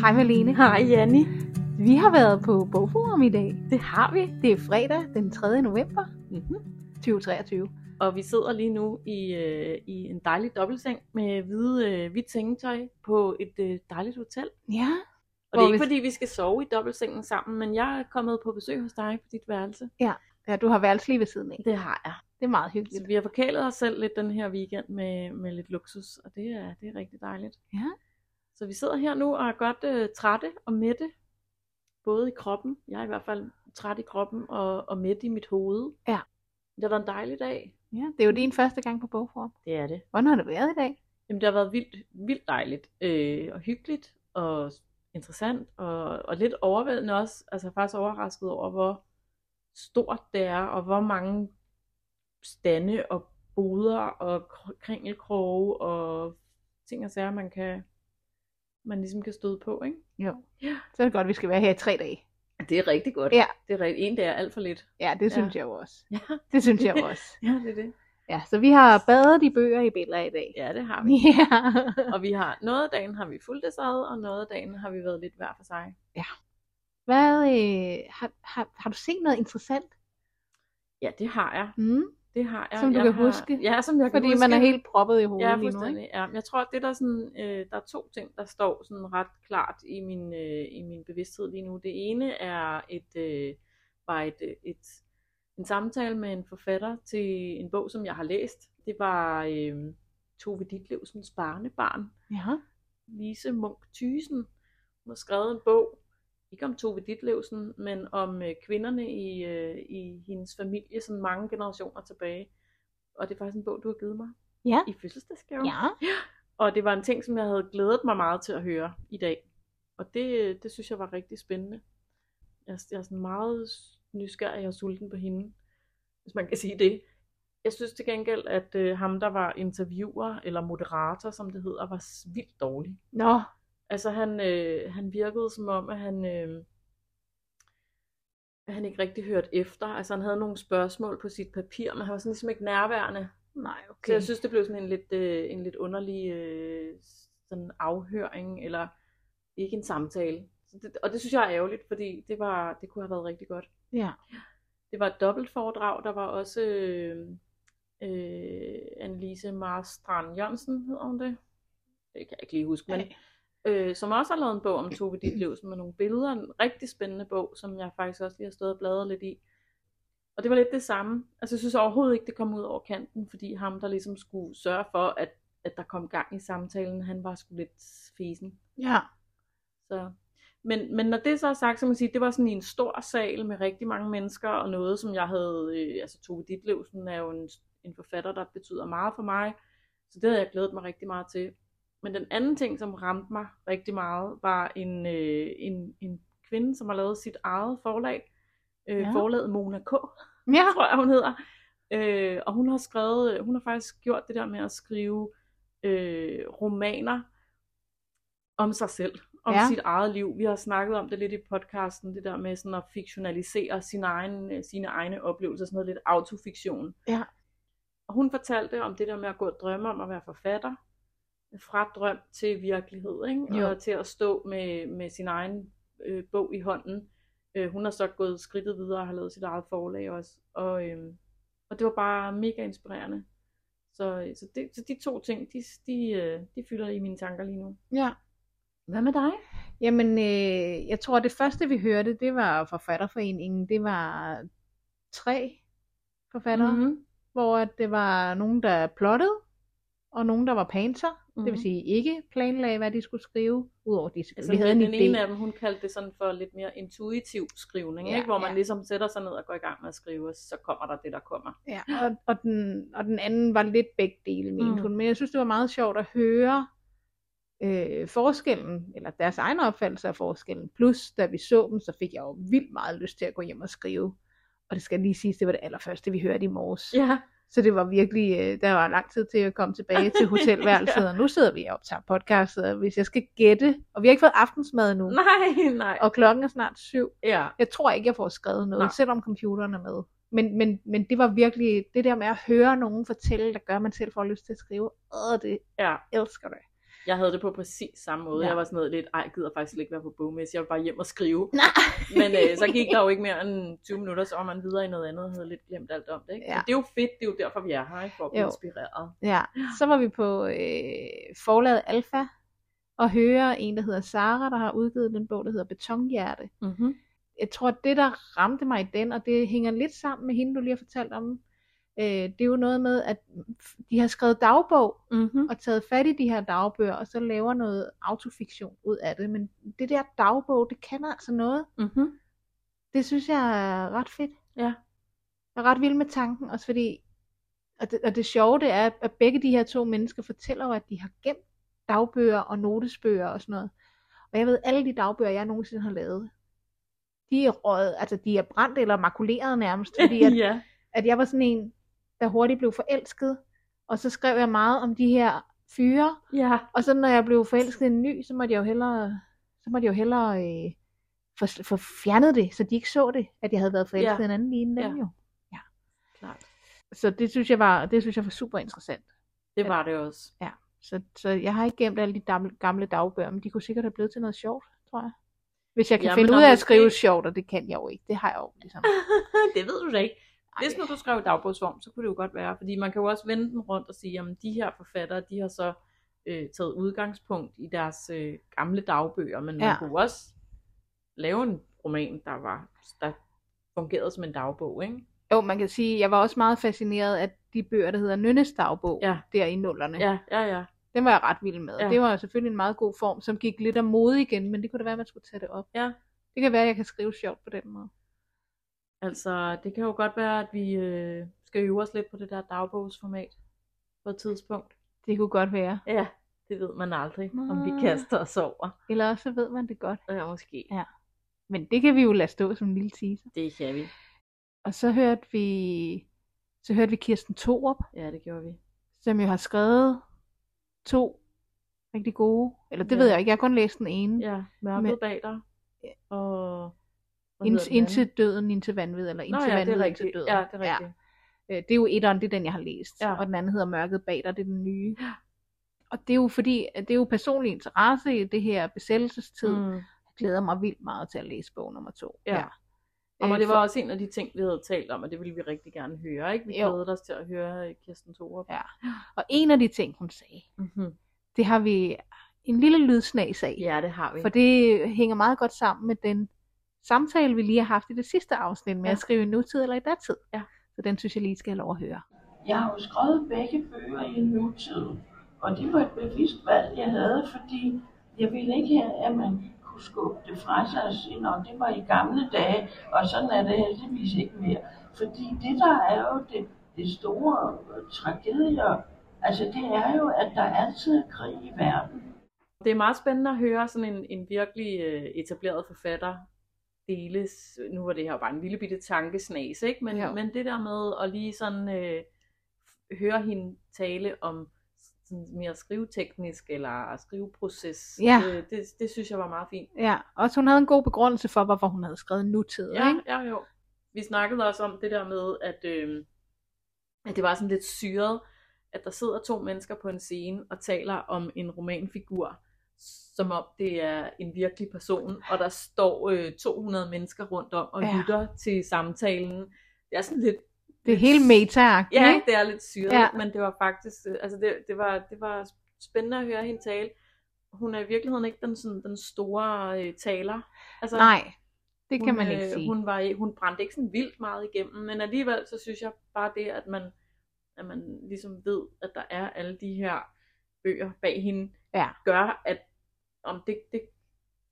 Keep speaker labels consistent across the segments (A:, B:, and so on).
A: Hej Malene.
B: Hej Janni.
A: Vi har været på Bogforum i dag.
B: Det har vi.
A: Det er fredag den 3. november
B: Mm-hmm.
A: 2023.
B: Og vi sidder lige nu i, øh, i en dejlig dobbeltseng med hvide, øh, hvidt sengetøj på et øh, dejligt hotel.
A: Ja.
B: Og
A: Hvor
B: det er ikke
A: vi-
B: fordi vi skal sove i dobbeltsengen sammen, men jeg er kommet på besøg hos dig på dit værelse.
A: Ja, du har værelse lige ved siden af.
B: Det har jeg.
A: Det er meget
B: Så
A: hyggeligt.
B: vi har forkælet os selv lidt den her weekend med, med lidt luksus, og det er, det er rigtig dejligt.
A: Ja.
B: Så vi sidder her nu og er godt øh, trætte og mætte, både i kroppen, jeg er i hvert fald træt i kroppen og, og mæt i mit hoved.
A: Ja.
B: Det har været en dejlig dag.
A: Ja, det er jo din første gang på Bogforum.
B: Det er det.
A: Hvordan har det været i dag?
B: Jamen, det har været vildt, vildt dejligt øh, og hyggeligt og interessant og, og lidt overvældende også. Altså jeg er faktisk overrasket over, hvor stort det er og hvor mange stande og boder og kr- kringelkroge og ting og sager, man kan man ligesom kan støde på, ikke?
A: Jo.
B: Ja.
A: Så er det godt, at vi skal være her i tre dage.
B: Det er rigtig godt.
A: Ja.
B: Det er rigtig, en dag er alt for lidt.
A: Ja, det
B: Ja.
A: synes jeg jo også.
B: Ja.
A: Det synes jeg jo også.
B: ja, det er det.
A: Ja, så vi har badet i bøger i billeder i dag.
B: Ja, det har vi.
A: Ja.
B: Og vi har, noget af dagen har vi fulgt os ad, og noget af dagen har vi været lidt hver for sig.
A: Hvad, øh, har, har, har du set noget interessant,
B: Ja, det har jeg.
A: mm?
B: Det har jeg.
A: Som du
B: jeg
A: kan
B: har...
A: huske.
B: Ja, som jeg kan
A: fordi
B: huske.
A: man er helt proppet i hovedet
B: Ja,
A: lige nu? Ikke?
B: fuldstændig. Ja, men jeg tror, at det der sådan, øh, der er to ting, der står sådan ret klart i min, øh, i min bevidsthed lige nu. Det ene er et, øh, var et, øh, et, en samtale med en forfatter til en bog, som jeg har læst. Det var øh, Tove Ditlevsens barnebarn,
A: Ja.
B: Lise Munk Thysen. Hun har skrevet en bog, ikke om Tove Ditlevsen, men om øh, kvinderne i, øh, i hendes familie sådan mange generationer tilbage. Og det er faktisk en bog, du har givet mig
A: Ja.
B: i fødselsdagsgave.
A: Ja.
B: Og det var en ting, som jeg havde glædet mig meget til at høre i dag. Og det, øh, det synes jeg var rigtig spændende. Jeg, jeg er sådan meget nysgerrig og sulten på hende, hvis man kan sige det. Jeg synes til gengæld, at øh, ham, der var interviewer eller moderator, som det hedder, var s- vildt dårlig.
A: Nå,
B: Altså han, øh, han virkede som om, at han, øh, at han ikke rigtig hørte efter. Altså han havde nogle spørgsmål på sit papir, men han var sådan ligesom ikke nærværende.
A: nej, okay.
B: Så jeg synes, det blev sådan en lidt, øh, en lidt underlig øh, sådan afhøring, eller ikke en samtale. Så det, og det synes jeg er ærgerligt, fordi det, var, det kunne have været rigtig godt.
A: Ja.
B: Det var et dobbelt foredrag, der var også øh, øh, Annelise Marstrand Jørgensen, hedder hun det? Det kan jeg ikke lige huske, men
A: Ej.
B: øh, som også har lavet en bog om Tove Ditlevsen med nogle billeder. En rigtig spændende bog, som jeg faktisk også lige har stået og bladret lidt i. Og det var lidt det samme. Altså jeg synes overhovedet ikke, det kom ud over kanten, fordi ham, der ligesom skulle sørge for, at, at der kom gang i samtalen, han var sgu lidt fisen.
A: Ja.
B: Så. Men, men når det så er sagt, så må man sige, at det var sådan i en stor sal med rigtig mange mennesker, og noget, som jeg havde, øh, altså Tove Ditlevsen er jo en, en forfatter, der betyder meget for mig, så det havde jeg glædet mig rigtig meget til. Men den anden ting, som ramte mig rigtig meget, var en, øh, en, en kvinde, som har lavet sit eget forlag, øh,
A: Ja.
B: ja. forlaget Mona K
A: Ja.
B: tror jeg hun hedder. Øh, og hun har skrevet, øh, hun har faktisk gjort det der med at skrive øh, romaner om sig selv, om
A: Ja.
B: ja. sit eget liv. Vi har snakket om det lidt i podcasten, det der med sådan at fiktionalisere sin egen, øh, sine egne oplevelser, sådan noget lidt autofiktion.
A: Ja.
B: Og hun fortalte om det der med at gå og drømme om at være forfatter, fra drøm til virkelighed, ikke?
A: Jo.
B: og til at stå med, med sin egen øh, bog i hånden. Øh, hun har så gået skridtet videre og har lavet sit eget forlag også. Og, øhm, og det var bare mega inspirerende. Så, så, det, så de to ting, de, de, øh, de fylder i mine tanker lige nu.
A: ja.
B: Hvad med dig?
A: Jamen, øh, jeg tror, det første vi hørte, det var forfatterforeningen. Det var tre forfattere, mm-hmm.
B: Mm-hmm.
A: hvor at det var nogen, der plottede, og nogen, der var panser. Mm-hmm. Det
B: Mhm.
A: vil sige, ikke planlagde, hvad de skulle skrive, udover de
B: Altså,
A: altså, vi havde en
B: den ene
A: idé.
B: af dem, hun kaldte det sådan for lidt mere intuitiv skrivning,
A: Ja,
B: ja, ikke? hvor man
A: ja.
B: ligesom sætter sig ned og går i gang med at skrive, og så kommer der det, der kommer.
A: Ja, og, og, den, og den anden var lidt begge dele, mente mm.
B: Mm.
A: hun. Men jeg synes, det var meget sjovt at høre øh, forskellen, eller deres egne opfattelse af forskellen. Plus, da vi så dem, så fik jeg jo vildt meget lyst til at gå hjem og skrive. Og det skal lige siges, det var det allerførste, vi hørte i morges.
B: Ja,
A: Så det var virkelig, øh, der var lang tid til at komme tilbage til hotelværelset, og nu sidder vi og optager podcastet, og hvis jeg skal gætte, og vi har ikke fået aftensmad endnu,
B: nej, nej.
A: og klokken er snart syv,
B: Ja,
A: jeg tror ikke, jeg får skrevet noget, Nej.
B: Nej.
A: selvom computeren er med. Men, men, men det var virkelig det der med at høre nogen fortælle, der gør, at man selv får lyst til at skrive. Åh, det
B: ja.
A: elsker det.
B: Jeg havde det på præcis samme måde.
A: Ja.
B: Ja. Jeg var sådan noget lidt, ej, jeg gider faktisk slet ikke være på bogmesse. Jeg vil bare hjem og skrive.
A: Nej.
B: Men øh, så gik der jo ikke mere end 20 minutter, så var man videre i noget andet og havde lidt glemt alt om det. Ikke?
A: Ja.
B: Men det er jo fedt, det er jo derfor, vi er her, ikke? for at blive
A: Jo.
B: inspireret.
A: Ja, så var vi på øh, forlaget Alfa og høre en, der hedder Sara, der har udgivet den bog, der hedder Betonhjerte.
B: Mm-hmm.
A: Jeg tror, at det, der ramte mig i den, og det hænger lidt sammen med hende, du lige har fortalt om, øh, det er jo noget med, at de har skrevet dagbog
B: Mm-hmm.
A: og taget fat i de her dagbøger, og så laver noget autofiktion ud af det. Men det der dagbog, det kan altså noget.
B: Mm-hmm.
A: Det synes jeg er ret fedt.
B: Ja.
A: Jeg er ret vild med tanken, også fordi, og det, og det sjove det er, at begge de her to mennesker fortæller jo, at de har gemt dagbøger og notesbøger og sådan noget. Og jeg ved, alle de dagbøger, jeg nogensinde har lavet, de er røget, altså de er brændt eller makuleret nærmest, fordi at,
B: ja.
A: at jeg var sådan en, der hurtigt blev forelsket, og så skrev jeg meget om de her fyre,
B: ja.
A: og så når jeg blev forelsket i en ny, så måtte jeg jo hellere, så måtte jeg jo hellere øh, få, få fjernet det, så de ikke så det, at jeg havde været forelsket i
B: Ja.
A: en anden lige inden dem
B: Ja.
A: jo.
B: Klart.
A: Så det synes jeg var, det synes jeg var super interessant.
B: Det var det også.
A: Så, så jeg har ikke gemt alle de gamle, gamle dagbøger, men de kunne sikkert have blevet til noget sjovt, tror jeg. Hvis jeg kan
B: Ja,
A: finde
B: men
A: ud
B: der
A: af
B: er
A: at skrive
B: måske-
A: sjovt, og det kan jeg jo ikke. Det har jeg jo ligesom.
B: det ved du da ikke. Hvis nu
A: Ej,
B: du skrev i dagbogsform, så kunne det jo godt være, fordi man kan jo også vende den rundt og sige, at de her forfattere, de har så øh, taget udgangspunkt i deres øh, gamle dagbøger, men man
A: Ja.
B: ja. kunne jo også lave en roman, der var der fungerede som en dagbog, ikke?
A: Jo, man kan sige, jeg var også meget fascineret af de bøger, der hedder Nynnes dagbog,
B: Ja.
A: der i nullerne.
B: Ja, ja, ja.
A: Den var jeg ret vild med. Ja.
B: Ja.
A: Det var jo selvfølgelig en meget god form, som gik lidt om mode igen, men det kunne da være, at man skulle tage det op.
B: Ja.
A: Det kan være, at jeg kan skrive sjovt på den måde.
B: Altså, det kan jo godt være, at vi øh, skal øve os lidt på det der dagbogsformat på et tidspunkt.
A: Det kunne godt være.
B: Ja, det ved man aldrig, om
A: Nå.
B: vi kaster os over.
A: Eller også så ved man det godt.
B: Ja, måske.
A: Ja. Men det kan vi jo lade stå som en lille teaser.
B: Det kan vi.
A: Og så hørte vi, så hørte vi Kirsten Thorup,
B: Ja, det gjorde vi.
A: som jo har skrevet to rigtig gode, eller det
B: Ja.
A: ved jeg ikke, jeg har kun læst den ene,
B: Ja, mørket
A: Men-
B: Men... bag dig.
A: Ja.
B: Og... hvad
A: ind,
B: hedder den anden?
A: indtil døden, indtil vanvid, eller
B: Nå
A: indtil
B: ja, det
A: vanvid,
B: er
A: indtil
B: rigtigt.
A: døden.
B: Ja, det er rigtigt.
A: Øh, Det er jo etteren, det er den, jeg har læst. Ja.
B: Ja.
A: Og den anden hedder Mørket bag dig, det er den nye. Og det er jo fordi, at det er jo personlig interesse i det her besættelsestid. Mm.
B: Mm.
A: Jeg glæder mig vildt meget til at læse bog nummer to.
B: Ja.
A: Øh,
B: Og det
A: for-
B: var også en af de ting, vi havde talt om, og det ville vi rigtig gerne høre. Ikke? Vi
A: Jo.
B: glædede os til at høre øh, Kirsten Thorup.
A: Ja. Og en af de ting, hun sagde,
B: Mm-hmm.
A: det har vi en lille lydsnas af.
B: ja, det har vi.
A: For det hænger meget godt sammen med den samtale, vi lige har haft i det sidste afsnit med ja.
B: Ja.
A: at skrive i nutid eller i datid.
B: Ja.
A: Så den synes jeg lige skal have lov at høre.
C: Jeg har jo skrevet begge bøger i nutid, og det var et bevidst valg, jeg havde, fordi jeg ville ikke have, at man kunne skubbe det fra sig og sige, "Nå, det var i gamle dage, og sådan er det heldigvis ikke mere. Fordi det, der er jo det, det store øh, tragedier, altså det er jo, at der altid er krig i verden.
B: Det er meget spændende at høre sådan en, en virkelig øh, etableret forfatter deles. Nu var det her jo bare en lille bitte tankesnæs, ikke? Men,
A: Jo.
B: men det der med at lige sådan øh, høre hende tale om sådan mere skriveteknisk eller skriveproces,
A: Ja.
B: øh, det, det synes jeg var meget fint.
A: Ja, også hun havde en god begrundelse for, hvorfor hun havde skrevet nutid.
B: Ja,
A: Ikke?
B: ja, jo. Vi snakkede også om det der med, at, øh, at det var sådan lidt syret, at der sidder to mennesker på en scene og taler om en romanfigur, som om det er en virkelig person, og der står øh, 200 mennesker rundt om og
A: Ja.
B: ja. lytter til samtalen. Det er sådan lidt...
A: Det er helt meta
B: Ja, ikke? det er lidt syret,
A: Ja.
B: ja. men det var faktisk... øh, Altså, det, det, var, det var spændende at høre hende tale. Hun er i virkeligheden ikke den, sådan, den store øh, taler. Altså,
A: Nej, det kan
B: hun,
A: man ikke
B: øh,
A: sige.
B: Hun, var, hun brændte ikke sådan vildt meget igennem, men alligevel så synes jeg bare det, at man, at man ligesom ved, at der er alle de her bøger bag hende,
A: Ja.
B: gør, at om det, det,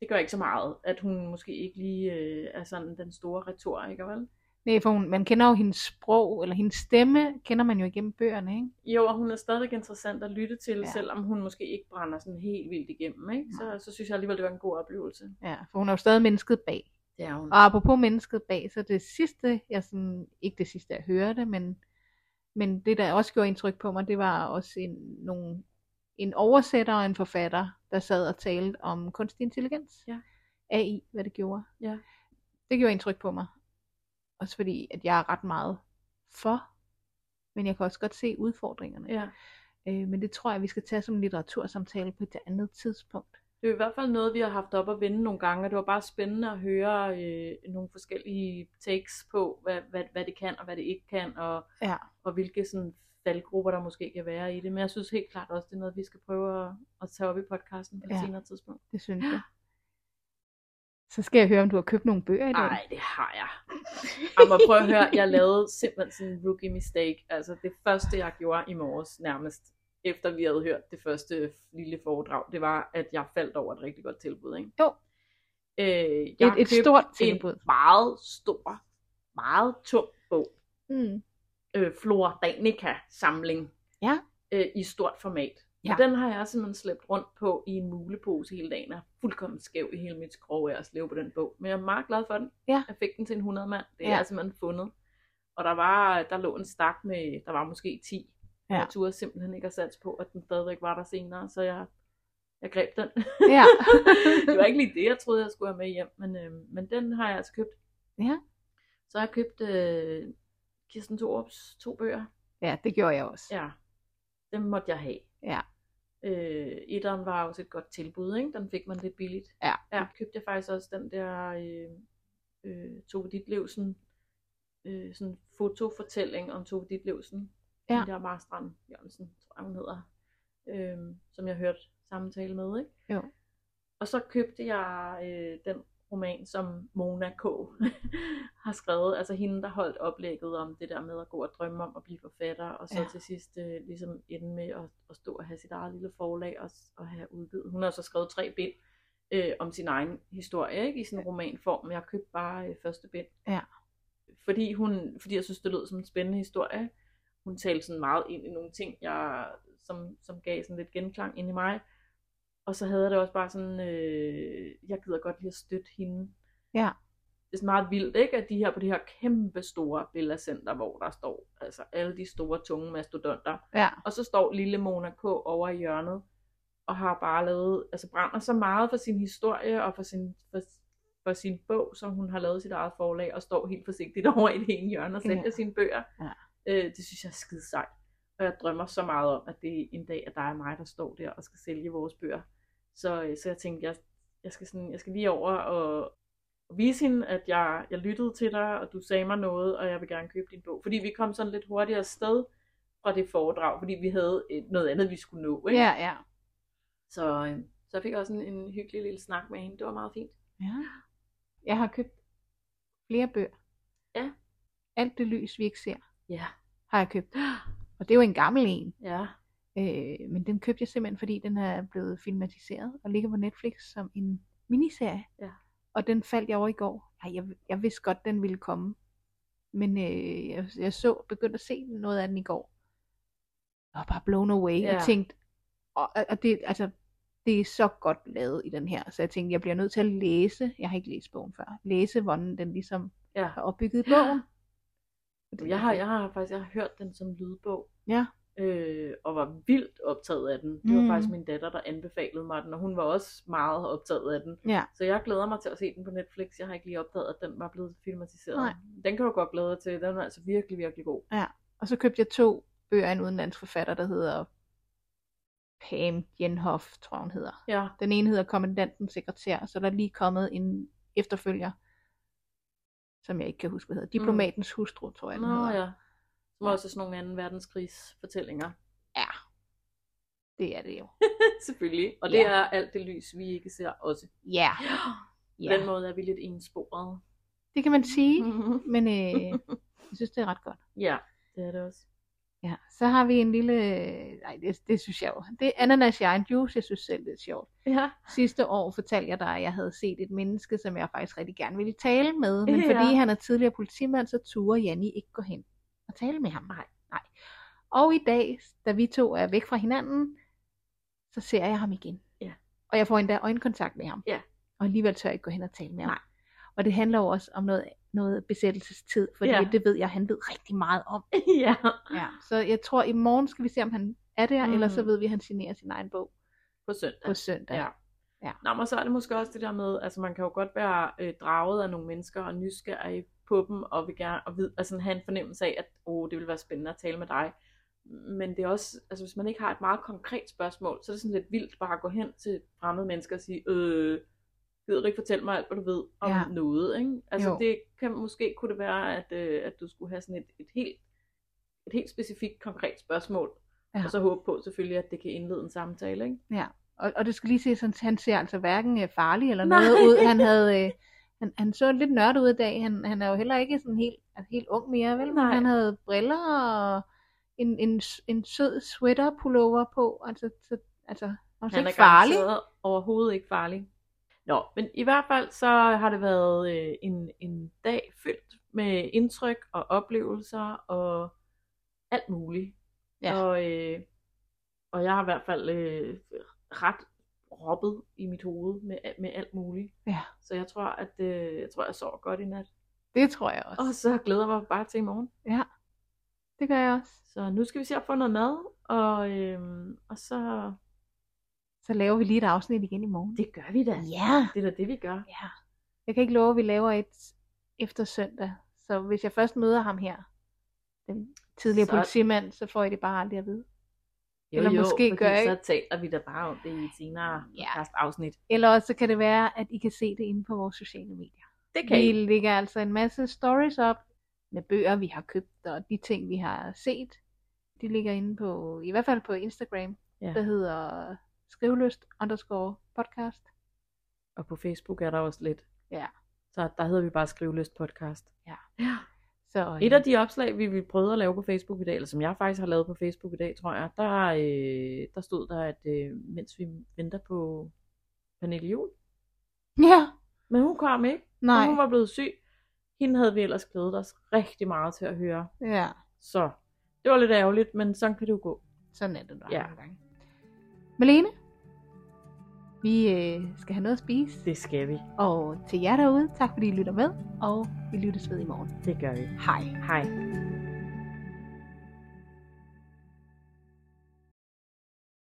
B: det gør ikke så meget, at hun måske ikke lige øh, er sådan den store retoriker, vel?
A: Nej, for hun, man kender jo hendes sprog, eller hendes stemme, kender man jo igennem bøgerne, ikke?
B: Jo, og hun er stadigvæk interessant at lytte til,
A: Ja.
B: ja. selvom hun måske ikke brænder sådan helt vildt igennem, ikke? Så, så synes jeg alligevel, det var en god oplevelse.
A: Ja, for hun er jo stadig mennesket bag.
B: Det er hun.
A: Og apropos mennesket bag, så det sidste, jeg sådan, ikke det sidste, jeg hørte, men, men det, der også gjorde indtryk på mig, det var også en, nogle, en oversætter og en forfatter, der sad og talte om kunstig intelligens.
B: Ja.
A: AI, hvad det gjorde.
B: Ja.
A: Det gjorde indtryk på mig. Også fordi, at jeg er ret meget for, men jeg kan også godt se udfordringerne.
B: Ja.
A: Øh, men det tror jeg, vi skal tage som en litteratursamtale på et andet tidspunkt.
B: Det er i hvert fald noget, vi har haft op at vende nogle gange, og det var bare spændende at høre øh, nogle forskellige takes på, hvad, hvad, hvad det kan og hvad det ikke kan, og,
A: Ja.
B: og hvilke sådan, faldgrupper, der måske kan være i det. Men jeg synes helt klart også, det er noget, vi skal prøve at, at tage op i podcasten på et
A: Ja.
B: ja. senere tidspunkt.
A: Det synes jeg. Så skal jeg høre, om du har købt nogle bøger i dag.
B: Nej, det har jeg. Jamen prøv at høre, jeg lavede simpelthen sådan en rookie mistake. Altså det første, jeg gjorde i morges nærmest, efter vi havde hørt det første lille foredrag, det var, at jeg faldt over et rigtig godt tilbud, ikke?
A: Jo.
B: Øh,
A: Et,
B: jeg
A: et
B: købte
A: stort tilbud.
B: en meget stor, meget tung bog.
A: Mm.
B: øh, Flora Danica samling
A: Ja.
B: øh, i stort format.
A: Ja.
B: Ja. Og den har jeg simpelthen slæbt rundt på i en mulepose hele dagen. Jeg er fuldkommen skæv i hele mit skrog af at slæve på den bog. Men jeg er meget glad for den.
A: Ja.
B: Jeg fik den til en 100 mand. Det
A: Ja.
B: ja. er jeg simpelthen fundet. Og der, var, der lå en stak med, der var måske 10.
A: Ja.
B: Ja. Jeg turde simpelthen ikke at satse på, at den stadigvæk var der senere. Så jeg, jeg greb den.
A: Ja.
B: det var ikke lige det, jeg troede, jeg skulle have med hjem. Men, øh, men den har jeg altså købt.
A: Ja.
B: Så har jeg købt øh, Kirsten Thorups to bøger.
A: ja, det gjorde jeg også.
B: Ja, dem måtte jeg have.
A: Ja.
B: Øh, etteren var også et godt tilbud, ikke? Den fik man lidt billigt.
A: Ja.
B: Ja, købte jeg faktisk også den der øh, øh, Tove Ditlevsen, øh, sådan fotofortælling om Tove Ditlevsen.
A: Ja.
B: Den der Marstrand Jørgensen, tror jeg hun hedder, øh, som jeg hørte samtale med, ikke?
A: Jo.
B: Og så købte jeg øh, den roman, som Mona K. har skrevet, altså hende, der holdt oplægget om det der med at gå og drømme om at blive forfatter, og så
A: Ja.
B: ja. til sidst øh, ligesom ende med at, at stå og have sit eget lille forlag og, og have udgivet. Hun har så skrevet tre bind øh, om sin egen historie, ikke i sådan en romanform, men jeg købte bare øh, første bind.
A: Ja.
B: Fordi, hun, fordi jeg synes, det lød som en spændende historie. Hun talte sådan meget ind i nogle ting, jeg, som, som gav sådan lidt genklang ind i mig. Og så havde jeg det også bare sådan, øh, jeg gider godt lige at støtte hende.
A: Ja.
B: Det er sådan meget vildt, ikke? At de her på det her kæmpe store billacenter, hvor der står altså alle de store, tunge mastodonter.
A: Ja.
B: Og så står lille Mona K. over i hjørnet, og har bare lavet, altså brænder så meget for sin historie og for sin, for, for sin bog, som hun har lavet sit eget forlag, og står helt forsigtigt over i det ene hjørne og sælger
A: Ja.
B: ja. sine bøger.
A: Ja.
B: Øh, det synes jeg er skide sejt. Og jeg drømmer så meget om, at det er en dag, at der er mig, der står der og skal sælge vores bøger. Så, øh, så jeg tænkte, jeg, jeg, skal sådan, jeg skal lige over og, og vise hende, at jeg, jeg lyttede til dig, og du sagde mig noget, og jeg vil gerne købe din bog. Fordi vi kom sådan lidt hurtigere sted fra det foredrag, fordi vi havde øh, noget andet, vi skulle nå. Ikke?
A: Ja, ja.
B: Så, øh, så jeg fik også en, en hyggelig lille snak med hende. Det var meget fint.
A: ja. Jeg har købt flere bøger.
B: Ja.
A: Alt det lys, vi ikke ser,
B: Ja,
A: har jeg købt. Og det er jo en gammel en.
B: ja.
A: Øh, men den købte jeg simpelthen, fordi den er blevet filmatiseret og ligger på Netflix som en miniserie.
B: Ja.
A: Og den faldt jeg over i går. Ej, jeg, jeg vidste godt, den ville komme. Men øh, jeg, jeg så, begyndte at se noget af den i går. Jeg var bare blown away. Ja.
B: Ja.
A: Jeg tænkte, og, og det, altså, det er så godt lavet i den her. Så jeg tænkte, jeg bliver nødt til at læse, jeg har ikke læst bogen før, læse, hvordan den ligesom
B: ja.
A: har opbygget bogen.
B: Jeg har, jeg har faktisk jeg har hørt den som lydbog.
A: Ja.
B: Øh, og var vildt optaget af den. Det
A: Mm.
B: var mm. faktisk min datter, der anbefalede mig den, og hun var også meget optaget af den.
A: Ja.
B: Så jeg glæder mig til at se den på Netflix. Jeg har ikke lige opdaget, at den var blevet filmatiseret.
A: Nej.
B: Den kan du godt glæde dig til. Den er altså virkelig, virkelig god.
A: Og så købte jeg to bøger af en udenlandsk forfatter, der hedder Pam Jenhoff, tror jeg, hun hedder.
B: Ja,
A: Den ene hedder Kommandantens Sekretær, og så er der lige kommet en efterfølger, som jeg ikke kan huske, hvad hedder. Diplomatens Hustru, tror jeg, den
B: Mm. Nå
A: hedder.
B: ja. Som også er sådan nogle anden verdenskrigs fortællinger.
A: ja. Det er det jo.
B: Selvfølgelig. Og det
A: Ja.
B: ja. er alt det lys, vi ikke ser også.
A: Ja,
B: På den
A: ja.
B: måde er vi lidt ensporet.
A: det kan man sige,
B: Mhm.
A: men øh, jeg synes, det er ret godt.
B: ja, det er det også.
A: Ja, så har vi en lille... Nej, det, det synes jeg jo. Det er ananas i egen juice, jeg synes selv, det er sjovt.
B: Ja.
A: Sidste år fortalte jeg dig, at jeg havde set et menneske, som jeg faktisk rigtig gerne ville tale med, men
B: Ja.
A: fordi han er tidligere politimand, så turde Janni ikke gå hen og tale med ham. Nej. Nej. Og i dag, da vi to er væk fra hinanden, så ser jeg ham igen.
B: Ja.
A: Og jeg får endda øjenkontakt med ham.
B: Ja.
A: Og alligevel tør jeg ikke gå hen og tale med ham.
B: Nej.
A: Og det handler jo også om noget, noget besættelsestid, fordi
B: Ja.
A: det ved jeg, han ved rigtig meget om.
B: ja.
A: Ja. Så jeg tror, i morgen skal vi se, om han er der, mm. eller så
B: Mhm.
A: ved vi, at han signerer sin egen bog
B: På søndag.
A: på søndag.
B: Ja.
A: Ja.
B: ja. Nå, men så er det måske også det der med, altså man kan jo godt være øh, draget af nogle mennesker og nysgerrig på dem, og vil gerne og vid, altså, have en fornemmelse af, at oh, det vil være spændende at tale med dig. Men det er også, altså hvis man ikke har et meget konkret spørgsmål, så er det sådan lidt vildt bare at gå hen til fremmede mennesker og sige, øh, gider du ikke fortælle mig alt, hvad du ved om
A: Ja.
B: ja. noget, ikke? Altså
A: Jo.
B: det kan, måske kunne det være, at, øh, at du skulle have sådan et, et helt et helt specifikt, konkret spørgsmål,
A: Ja.
B: ja. og så håbe på selvfølgelig, at det kan indlede en samtale, ikke?
A: Og, og det skal lige ses, at han ser altså hverken øh, farlig eller
B: Nej.
A: noget ud. Han, havde, øh, han, han så lidt nørdet ud i dag. Han, han er jo heller ikke sådan helt, altså helt ung mere, vel?
B: Nej.
A: Han havde briller og en, en, s- en sød sweater pullover på. Altså, så, altså han var så
B: Han er
A: ikke farlig.
B: garanteret overhovedet ikke farlig. Nå, men i hvert fald så har det været øh, en, en dag fyldt med indtryk og oplevelser og alt muligt.
A: Ja.
B: Og, øh, og jeg har i hvert fald øh, ret roppet i mit hoved med, med alt muligt.
A: Ja.
B: Så jeg tror, at øh, jeg tror, jeg sover godt i nat.
A: Det tror jeg også.
B: Og så glæder jeg mig bare til i morgen.
A: Det gør jeg også.
B: Så nu skal vi se at få noget mad, og, øh, og så...
A: Så laver vi lige et afsnit igen i morgen.
B: Det gør vi da.
A: Ja.
B: Det er da det, vi gør.
A: ja. Jeg kan ikke love, at vi laver et efter søndag. Så hvis jeg først møder ham her, den tidligere
B: Så-
A: politimand, så får I det bare aldrig at vide.
B: Jo,
A: Eller
B: jo,
A: måske
B: fordi
A: gør jeg
B: så taler vi da bare om det i et senere
A: Ja.
B: podcast afsnit.
A: Eller også så kan det være, at I kan se det inde på vores sociale medier.
B: Det
A: Vi lægger altså en masse stories op med bøger, vi har købt, og de ting, vi har set. De ligger inde på, i hvert fald på Instagram, ja.
B: Ja.
A: der hedder skrivløst underscore podcast.
B: Og på Facebook er der også lidt.
A: Ja.
B: Så der hedder vi bare Skriveløst Podcast.
A: Ja.
B: ja.
A: Så, øh,
B: Et af de opslag, vi, vi prøvede at lave på Facebook i dag, eller som jeg faktisk har lavet på Facebook i dag, tror jeg, der, øh, der stod der, at øh, mens vi venter på Pernille Jul.
A: Ja,
B: Men hun kom ikke.
A: nej.
B: Og hun var blevet syg. Hende havde vi ellers glædet os rigtig meget til at høre.
A: Ja,
B: Så det var lidt ærgerligt, men sådan kan det jo gå.
A: sådan er det nok
B: Ja.
A: nogle gange. Malene, vi øh, skal have noget at spise.
B: Det skal vi.
A: Og til jer derude, tak fordi I lytter med, og vi lyttes ved i morgen.
B: Det gør vi.
A: Hej.
B: Hej.